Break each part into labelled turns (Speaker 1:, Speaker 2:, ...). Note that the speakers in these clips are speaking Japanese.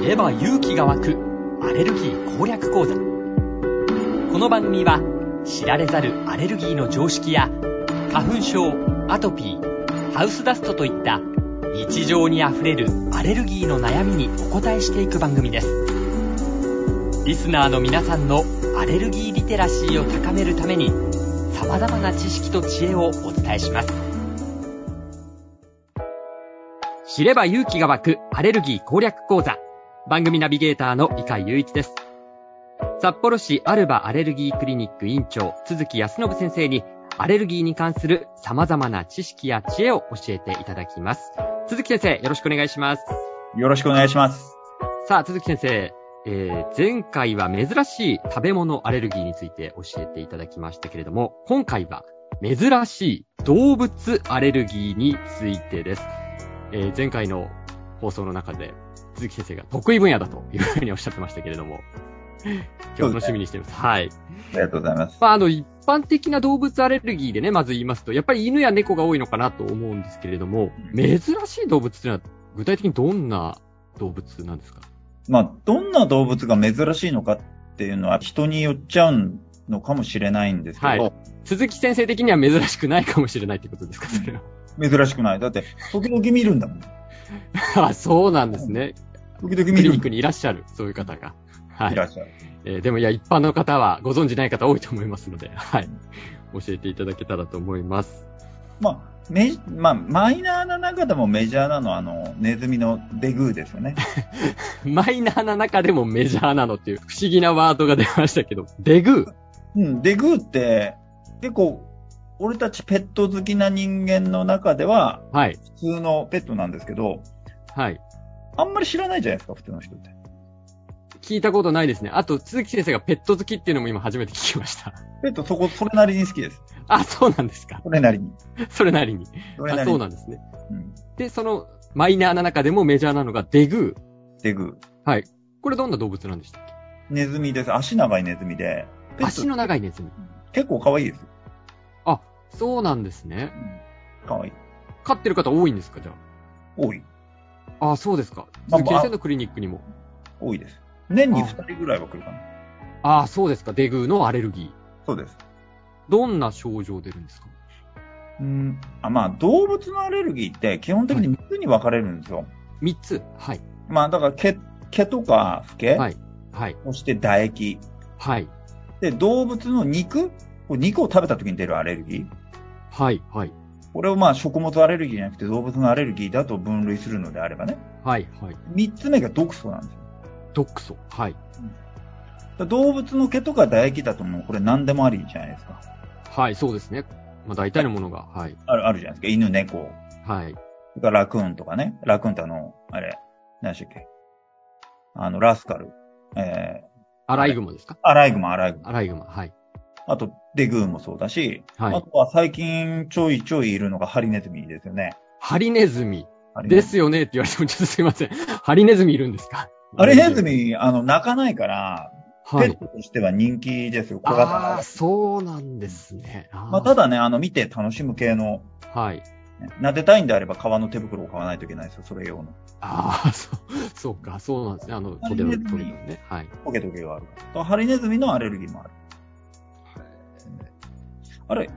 Speaker 1: 知れば勇気が湧くアレルギー攻略講座この番組は知られざるアレルギーの常識や花粉症アトピーハウスダストといった日常にあふれるアレルギーの悩みにお答えしていく番組ですリスナーの皆さんのアレルギーリテラシーを高めるために様々な知識と知恵をお伝えします知れば勇気が湧くアレルギー攻略講座。番組ナビゲーターの伊海祐一です。札幌市アルバアレルギークリニック院長、鈴木康信先生に、アレルギーに関する様々な知識や知恵を教えていただきます。鈴木先生、よろしくお願いします。
Speaker 2: よろしくお願いします。
Speaker 1: さあ、鈴木先生、えー、前回は珍しい食べ物アレルギーについて教えていただきましたけれども、今回は珍しい動物アレルギーについてです。えー、前回の放送の中で、鈴木先生が得意分野だというふうにおっしゃってましたけれ ども、今日楽しみにしています。はい。
Speaker 2: ありがとうございます。
Speaker 1: まあ、あの、一般的な動物アレルギーでね、まず言いますと、やっぱり犬や猫が多いのかなと思うんですけれども、珍しい動物っていうのは、具体的にどんな動物なんですか
Speaker 2: まあ、どんな動物が珍しいのかっていうのは人によっちゃうのかもしれないんですけど、
Speaker 1: 鈴木先生的には珍しくないかもしれないってことですか、それは。
Speaker 2: 珍しくない。だって、時々見るんだもん。
Speaker 1: あ、そうなんですね。
Speaker 2: 時々
Speaker 1: ク
Speaker 2: 見
Speaker 1: リ
Speaker 2: る
Speaker 1: ニ
Speaker 2: ん
Speaker 1: ックにいらっしゃる、そういう方が。はいい。
Speaker 2: らっしゃる。
Speaker 1: えーでもいや、一般の方はご存知ない方多いと思いますので、はい。教えていただけたらと思います。
Speaker 2: まあ、メジまあ、マイナーな中でもメジャーなのは、あの、ネズミのデグーですよ ね。
Speaker 1: マイナーな中でもメジャーなのっていう不思議なワードが出ましたけど、デグ
Speaker 2: うん、デグーって、結構、俺たちペット好きな人間の中では、
Speaker 1: ー。はい。
Speaker 2: 普通のペットなんですけど、
Speaker 1: はい。
Speaker 2: あんまり知らないじゃないですか、普通の人って。
Speaker 1: 聞いたことないですね。あと、鈴木先生がペット好きっていうのも今初めて聞きました。
Speaker 2: ペットそこ、それなりに好きです。
Speaker 1: あ、そうなんですか。
Speaker 2: それなりに。
Speaker 1: それなりに。
Speaker 2: それな
Speaker 1: あ、
Speaker 2: り
Speaker 1: そう
Speaker 2: に。
Speaker 1: なんですね。
Speaker 2: うん
Speaker 1: で、その、マイナーな中でもメジャーなのがデグー。
Speaker 2: デグ
Speaker 1: これどんな動物なんでしたっけ
Speaker 2: ネズミです。足長いネズミで。ペット
Speaker 1: 足の長いネズミ。
Speaker 2: 結構可愛いです。
Speaker 1: そうなんですね。
Speaker 2: 可愛い。
Speaker 1: 飼ってる方多いんですか、じゃ
Speaker 2: 多い。
Speaker 1: あ。あ、そうですか。
Speaker 2: まあ
Speaker 1: 鈴木先生のクリニックにも。
Speaker 2: 多いです。年に2人ぐらいは来るかな。
Speaker 1: ああ、そうですか。デグーのアレルギー。
Speaker 2: そうです。
Speaker 1: どんな症状出るんですか
Speaker 2: うん。あまあ、動物のアレルギーって基本的に3つに分かれるんですよ。
Speaker 1: ?3 つ。はい。
Speaker 2: まあ、だから毛、毛とか、フケ、
Speaker 1: はいはい。
Speaker 2: そして唾液。
Speaker 1: はい。
Speaker 2: で、動物の肉これ肉を食べた時に出るアレルギー。
Speaker 1: はい。はい。
Speaker 2: これをまあ、食物アレルギーじゃなくて動物のアレルギーだと分類するのであればね。
Speaker 1: はい。はい。
Speaker 2: 3つ目が毒素なんですよ。
Speaker 1: 毒素。はい。
Speaker 2: だから動物の毛とか唾液だともうこれ何でもありじゃないですか。
Speaker 1: はい。そうですね。まあ、大体のものが。はい。
Speaker 2: ある、あるじゃないですか。犬、猫、
Speaker 1: はい。
Speaker 2: それからラクーンとかね。ラクーンってあの、あれ、何でしたっけあの、ラスカル。えー、
Speaker 1: アライグマですか
Speaker 2: アライグマ、アライグマ。
Speaker 1: アライグマ。はい。
Speaker 2: あと、デグーもそうだし、
Speaker 1: は
Speaker 2: あ
Speaker 1: い。
Speaker 2: とは最近ちょいちょいいるのがハリネズミですよね。
Speaker 1: ハリネズミ
Speaker 2: ハリネ
Speaker 1: で
Speaker 2: ズ
Speaker 1: すよねって言われてもちょっとすいません。 ハリネズミいるんですか
Speaker 2: ミ。ハリネズミ、あの、鳴かないから、
Speaker 1: は
Speaker 2: ペ
Speaker 1: い
Speaker 2: ッ。トとしては人気ですよ、小型の
Speaker 1: ああ、そうなんですね。あー
Speaker 2: まあ、ただね、あの、見て楽しむ系の、
Speaker 1: はい。
Speaker 2: ね撫でたいんであれば革の手袋を買わないといけないですよ、それ用の。
Speaker 1: ああ、そう、そうか、そうなんですね。あの、ト
Speaker 2: ハリ
Speaker 1: ゲの、
Speaker 2: ネズミ
Speaker 1: トゲのね。はい。
Speaker 2: トゲトゲがあるから。ハリネズミのアレルギーもある。あれ、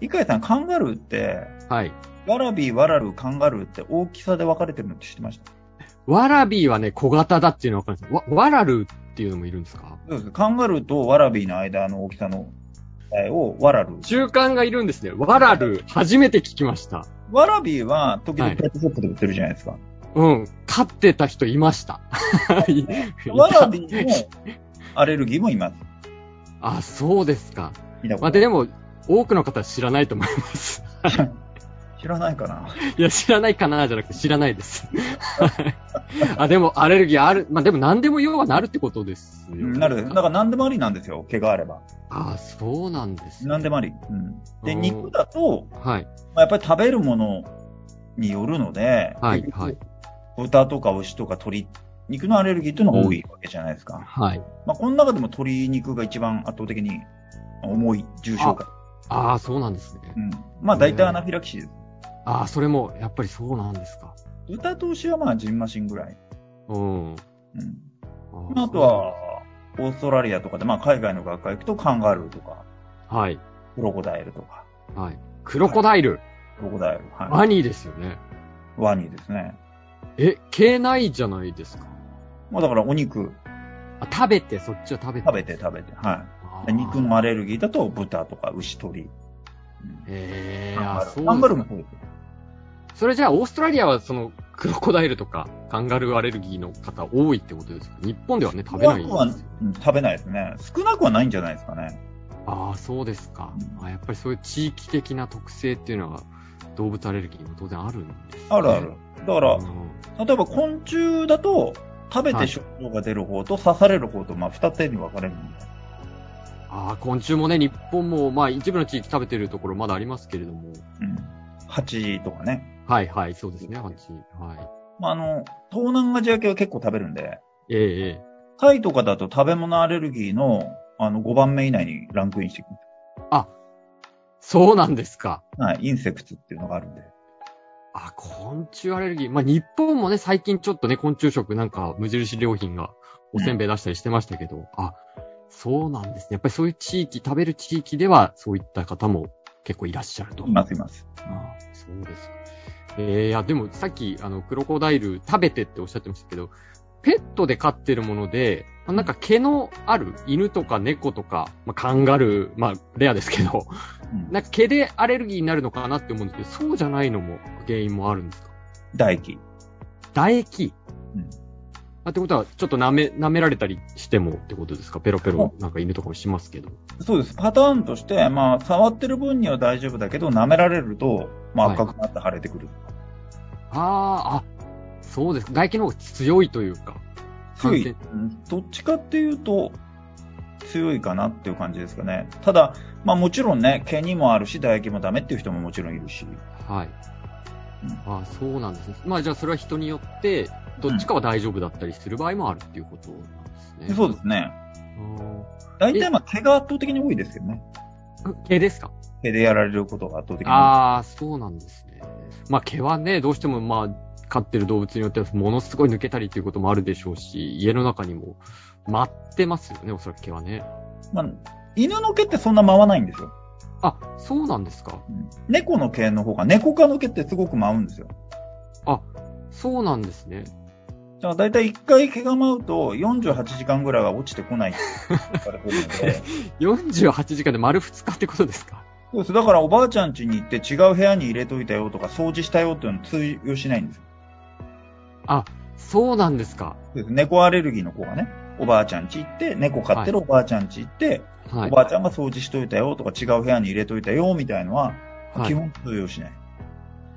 Speaker 2: イカイさん、カンガルーって、
Speaker 1: はい。
Speaker 2: ワラビー、ワラルー、カンガルーって大きさで分かれてるのって知ってました
Speaker 1: ワラビーはね、小型だっていうのはわかるんですよわワラルーっていうのもいるんですか
Speaker 2: そうです。カンガルーとワラビーの間の大きさの違いをワラルー。
Speaker 1: 中間がいるんですね。ワラルー、初めて聞きました。
Speaker 2: ワラビーは時
Speaker 1: は
Speaker 2: 々
Speaker 1: い
Speaker 2: ペットショップで売ってるじゃないですか。
Speaker 1: うん。飼ってた人いました。 いい
Speaker 2: ワラ
Speaker 1: た
Speaker 2: ビーもアレルギーもいます。
Speaker 1: あ、そうですか。
Speaker 2: 見たこ
Speaker 1: まあ、
Speaker 2: と
Speaker 1: でも、多くの方は知らないと思います。
Speaker 2: 知らないかない
Speaker 1: や、知らないかなじゃなくて知らないです。 はいあ、でも、アレルギーある。まあ、でも何でも用はなるってことですよ、ね。
Speaker 2: なる。だから何でもありなんですよ。毛があれば。
Speaker 1: あ、そうなんです、
Speaker 2: 何でもあり。うん、
Speaker 1: う
Speaker 2: で、
Speaker 1: ん
Speaker 2: 肉だと、
Speaker 1: はい。
Speaker 2: まあやっぱり食べるものによるので、
Speaker 1: はい、はい。
Speaker 2: 豚とか牛とか鶏、肉のアレルギーというのが多いわけじゃないですか。
Speaker 1: はい。
Speaker 2: まあ、この中でも鶏肉が一番圧倒的に重い重症化。
Speaker 1: ああ、そうなんですね
Speaker 2: う。ん、まあ大体アナフィラキシーです。
Speaker 1: ああ、それも、やっぱりそうなんですか。
Speaker 2: 豚と牛はまあジンマシンぐらい。
Speaker 1: うん。
Speaker 2: う
Speaker 1: ー
Speaker 2: ん。まああと、は、オーストラリアとかで、まあ海外の学会行くとカンガルーとか、
Speaker 1: はい。
Speaker 2: クロコダイルとか、
Speaker 1: はい。クロコダイル。
Speaker 2: クロコダイル、は
Speaker 1: ワニですよね。
Speaker 2: い。ワニですね。
Speaker 1: え、毛ないじゃないですか。
Speaker 2: まあだからお肉
Speaker 1: あ、食べて、そっちを食べて。
Speaker 2: 食べて食べて、は
Speaker 1: あ
Speaker 2: い。で
Speaker 1: ー
Speaker 2: 肉のアレルギーだと豚とか牛鳥。うん
Speaker 1: ええ
Speaker 2: カン
Speaker 1: あ、
Speaker 2: ガル
Speaker 1: そ
Speaker 2: ー
Speaker 1: う。
Speaker 2: カンガルーもそうですよ。
Speaker 1: それじゃあ、オーストラリアは、その、クロコダイルとか、カンガルーアレルギーの方多いってことですか日本ではね、食べないん
Speaker 2: 少
Speaker 1: で
Speaker 2: なくは
Speaker 1: すよ。
Speaker 2: うん食べないですね。少なくはないんじゃないですかね。
Speaker 1: ああ、そうですか。あやっぱりそういう地域的な特性っていうのは、動物アレルギーも当然あるんですね。
Speaker 2: あるある。だか
Speaker 1: う
Speaker 2: ら、
Speaker 1: ん。
Speaker 2: 例えば昆虫だと、食べ
Speaker 1: は
Speaker 2: て
Speaker 1: い
Speaker 2: 症状が出る方と刺される方と、まあ、二つに分かれるんで。
Speaker 1: ああ、昆虫もね、日本も、まあ、一部の地域食べてるところまだありますけれども。
Speaker 2: うん。蜂とかね。
Speaker 1: はいはい、そうですね、ハチ。は
Speaker 2: まあ、あの、東南アジア系は結構食べるんで、
Speaker 1: い。ええええ。
Speaker 2: タイとかだと食べ物アレルギーの、あの、5番目以内にランクインしてくる。
Speaker 1: そうなんですか。
Speaker 2: はい、インセクツっていうのがあるんで。
Speaker 1: あ、昆虫アレルギー。まあ、日本もね、最近ちょっとね、昆虫食なんか無印良品がおせんべい出したりしてましたけど、あ、そうなんですね。やっぱりそういう地域、食べる地域では、そういった方も結構いらっしゃると。
Speaker 2: いますいます。
Speaker 1: あそうですか。えー、いや、でもさっき、あの、クロコダイル食べてっておっしゃってましたけど、ペットで飼ってるもので、まあなんか毛のある犬とか猫とか、まあ、カンガルー、まあ、レアですけど、
Speaker 2: うん、
Speaker 1: なんか毛でアレルギーになるのかなって思うんですけど、そうじゃないのも原因もあるんですか
Speaker 2: 唾液。
Speaker 1: 唾液
Speaker 2: うん
Speaker 1: あってことは、ちょっと舐め、舐められたりしてもってことですかペロペロ、なんか犬とかもしますけど。
Speaker 2: そうです。パターンとして、まあ、触ってる分には大丈夫だけど、舐められると、まあ、
Speaker 1: はい
Speaker 2: 赤くなって腫れてくる。
Speaker 1: あー、あ、そうです。唾液の方が強いというか。
Speaker 2: 強い、
Speaker 1: 感
Speaker 2: うんどっちかっていうと、強いかなっていう感じですかね。ただ、まあもちろんね、毛にもあるし、唾液もダメっていう人ももちろんいるし。
Speaker 1: はい。
Speaker 2: うん
Speaker 1: ああそうなんですね。まあじゃあそれは人によって、どっちかは大丈夫だったりする場合もあるっていうことなんですね。
Speaker 2: そう
Speaker 1: う
Speaker 2: ですね。大体まあ毛が圧倒的に多いですよね。
Speaker 1: 毛ですか
Speaker 2: 毛でやられることが圧倒的に多
Speaker 1: ああ、そうなんですね。まあ毛はね、どうしてもまあ、飼ってる動物によってはものすごい抜けたりということもあるでしょうし、家の中にも舞ってますよね、おそらく毛はね。
Speaker 2: い。まあ、犬の毛ってそんな舞わないんですよ。
Speaker 1: あ、そうなんですか。
Speaker 2: うん猫の毛の方が、猫科の毛ってすごく舞うんですよ。
Speaker 1: そうなんですね。
Speaker 2: だから大体一回毛が舞うと、48時間ぐらいは落ちてこないって言われてるの で。
Speaker 1: 48時間で丸2日ってことですか
Speaker 2: そうです。だからおばあちゃん家に行って違う部屋に入れといたよとか、掃除したよっていうの通用しないんですよ
Speaker 1: そうなんですか。
Speaker 2: そうです猫アレルギーの子がね、おばあちゃん家行って、猫飼ってるおばあちゃん家行って、
Speaker 1: はい。
Speaker 2: おばあちゃんが掃除しといたよとか、違う部屋に入れといたよみたいのは、
Speaker 1: はい
Speaker 2: 基本通用しない。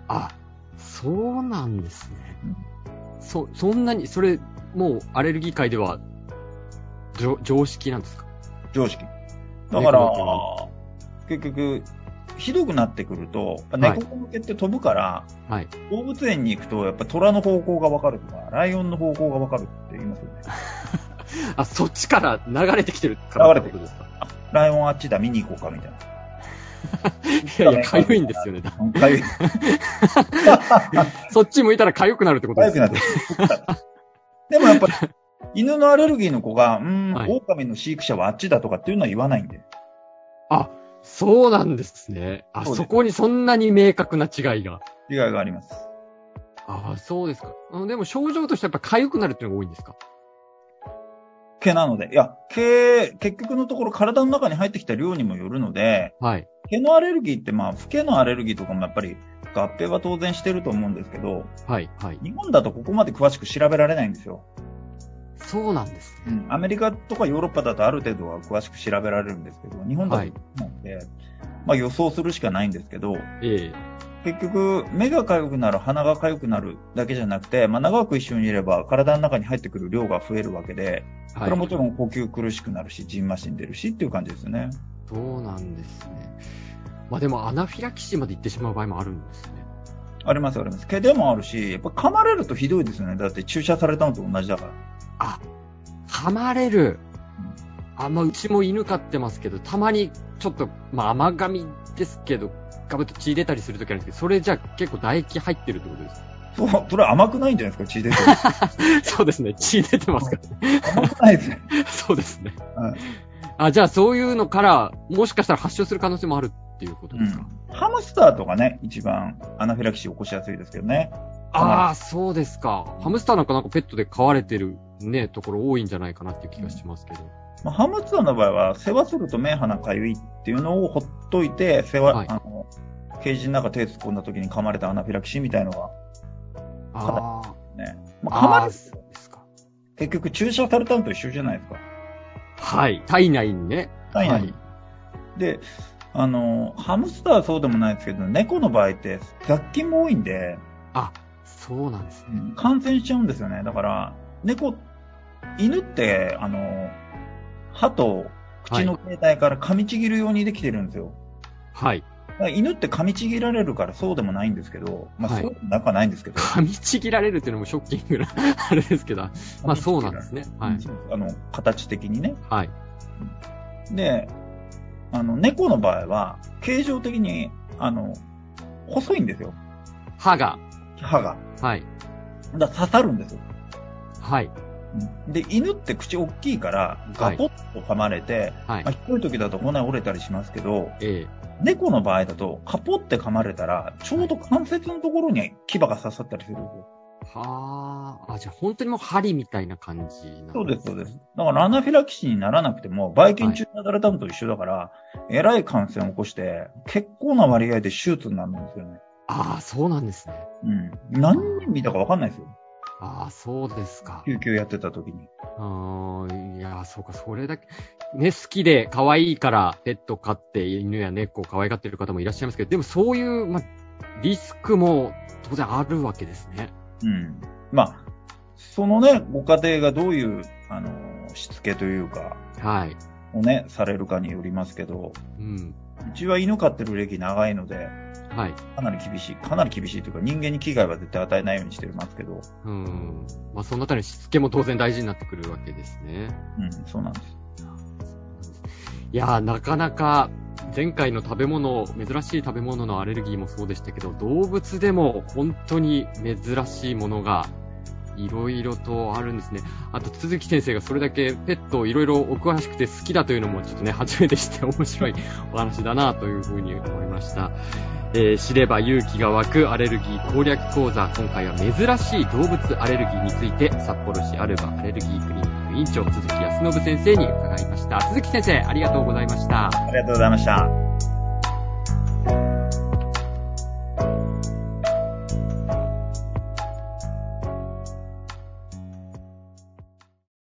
Speaker 1: あ、そうなんですね
Speaker 2: うん。
Speaker 1: そ、そんなに、それ、もうアレルギー界では、じょ常識なんですか
Speaker 2: 常識。だから
Speaker 1: 猫の、
Speaker 2: 結局、ひどくなってくると、やっぱ
Speaker 1: はい
Speaker 2: 猫向けって飛ぶから、
Speaker 1: はい。
Speaker 2: 動物園に行くと、やっぱ虎の方向がわかるとか、ライオンの方向がわかるって言いますよね。
Speaker 1: あ、そっちから流れてきてるから
Speaker 2: 流れ
Speaker 1: って
Speaker 2: て
Speaker 1: ことですか
Speaker 2: ライオンあっちだ、見に行こうかみたい
Speaker 1: いや
Speaker 2: な。
Speaker 1: いや、かゆいんですよね。
Speaker 2: なんか痒い
Speaker 1: そっち向いたらかゆくなるってことで
Speaker 2: 痒
Speaker 1: す
Speaker 2: くな ってくるでもやっぱり、犬のアレルギーの子が、うーん、
Speaker 1: はい
Speaker 2: 狼の飼育者はあっちだとかっていうのは言わないんで。
Speaker 1: そうなんですね。あ、
Speaker 2: そうです
Speaker 1: そこにそんなに明確な違いが。
Speaker 2: 違いがあります。
Speaker 1: あそうですか。あのでも症状としてやっぱかゆくなるっていうのが多いんですか
Speaker 2: 毛なので。いや、毛、結局のところ体の中に入ってきた量にもよるので、
Speaker 1: はい。
Speaker 2: 毛のアレルギーって、まあ、不毛のアレルギーとかもやっぱり合併は当然してると思うんですけど、
Speaker 1: はい。はい。
Speaker 2: 日本だとここまで詳しく調べられないんですよ。
Speaker 1: そうなんですね。
Speaker 2: アメリカとかヨーロッパだとある程度は詳しく調べられるんですけど、日本だと
Speaker 1: はい
Speaker 2: なので、まあ予想するしかないんですけど、
Speaker 1: ええ
Speaker 2: 結局、目が痒くなる、鼻が痒くなるだけじゃなくて、まあ長く一緒にいれば体の中に入ってくる量が増えるわけで、こ
Speaker 1: はい
Speaker 2: れはもちろん呼吸苦しくなるし、ジンマシン出るしっていう感じですよね。
Speaker 1: そうなんですね。まあでもアナフィラキシーまで行ってしまう場合もあるんですね。
Speaker 2: ありますあります。毛でもあるし、やっぱ噛まれるとひどいですよね。だって注射されたのと同じだから。
Speaker 1: あ、噛まれる。あ、まあうちも犬飼ってますけど、たまにちょっと、まあ甘噛みですけど、かぶと血出たりするときあるんですけど、それじゃあ結構唾液入ってるってことですか
Speaker 2: そう、それは甘くないんじゃないですか、血出て る。
Speaker 1: そうですね。血出てますから ね。
Speaker 2: 甘くないですね。
Speaker 1: そうですね。
Speaker 2: はい
Speaker 1: あ、じゃあそういうのから、もしかしたら発症する可能性もあるっていうこと
Speaker 2: う
Speaker 1: で
Speaker 2: ん
Speaker 1: すか、
Speaker 2: ハムスターとかね、一番アナフィラキシー起こしやすいですけどね。
Speaker 1: ああ、そうですか。ハムスターなんかなんかペットで飼われてるね、ところ多いんじゃないかなっていう気がしますけど。
Speaker 2: まあ、ハムスターの場合は、世話すると目鼻かゆいっていうのをほっといて、世話、
Speaker 1: はい
Speaker 2: あの、ケージの中手突っ込んだ時に噛まれたアナフィラキシーみたいのが、
Speaker 1: あー
Speaker 2: ね。まあ、
Speaker 1: あ
Speaker 2: 噛
Speaker 1: ー、
Speaker 2: まれ、
Speaker 1: そうですか。
Speaker 2: 結局注射されたのと一緒じゃないですか。
Speaker 1: はい。体内にね。
Speaker 2: 体内
Speaker 1: は
Speaker 2: に
Speaker 1: い。
Speaker 2: で、あの、ハムスターはそうでもないですけど、猫の場合って雑菌も多いんで、
Speaker 1: あ、そうなんですね。
Speaker 2: うん感染しちゃうんですよね。だから、猫、犬って、あの、歯と口の形態から噛みちぎるようにできてるんですよ。
Speaker 1: はい。
Speaker 2: だから犬って噛みちぎられるからそうでもないんですけど、まあ
Speaker 1: はい
Speaker 2: そうでもなくはないんですけど、
Speaker 1: 噛みちぎられるっていうのもショッキングな、 あれですけど。 まあそうなんですね。は
Speaker 2: う
Speaker 1: い
Speaker 2: ん。そうあの、形的にね。
Speaker 1: はい。
Speaker 2: で、あの、猫の場合は、形状的に、あの、細いんですよ、
Speaker 1: 歯が。
Speaker 2: 歯が。
Speaker 1: はい。
Speaker 2: だから刺さるんですよ。
Speaker 1: はい。
Speaker 2: うんで、犬って口大きいから、ガポッと噛まれて、
Speaker 1: はい
Speaker 2: まあ、。低い時だと骨折れたりしますけど、
Speaker 1: ええ
Speaker 2: 猫の場合だと、カポって噛まれたら、ちょうど関節のところに牙が刺さったりするんですよ。
Speaker 1: はあ。あ、じゃあ本当にもう針みたいな感じなん
Speaker 2: そうです、そうです。だからアナフィラキシーにならなくても、バイキン中にされたのと一緒だから、えらい感染を起こして、結構な割合で手術になるんですよね。
Speaker 1: ああ、そうなんですね。
Speaker 2: うん。何人見たかわかんないですよ。
Speaker 1: ああ、そうですか。
Speaker 2: 救急やってた時に。
Speaker 1: うーん、いや、そうか、それだけ、ね、好きで可愛いからペット飼って犬や猫を可愛がってる方もいらっしゃいますけど、でもそういう、まあ、リスクも当然あるわけですね。
Speaker 2: うん。まあ、そのね、ご家庭がどういう、あの、しつけというか、
Speaker 1: はい。
Speaker 2: をね、されるかによりますけど、
Speaker 1: うん。
Speaker 2: うちは犬飼ってる歴長いので、
Speaker 1: はい。
Speaker 2: かなり厳しい、かなり厳しいというか、人間に危害は絶対与えないようにしてますけど、
Speaker 1: うん。まあ、そのあたりのしつけも当然大事になってくるわけですね。
Speaker 2: うん、そうなんです。
Speaker 1: いやー、なかなか、前回の食べ物、珍しい食べ物のアレルギーもそうでしたけど、動物でも本当に珍しいものが、いろいろとあるんですね。あと、鈴木先生がそれだけペットをいろいろお詳しくて好きだというのも、ちょっとね、初めて知って面白いお話だなというふうに思いました。えー知れば勇気が湧くアレルギー攻略講座。今回は珍しい動物アレルギーについて、札幌市アルバアレルギークリニック委員長、鈴木康信先生に伺いました。鈴木先生、ありがとうございました。
Speaker 2: ありがとうございました。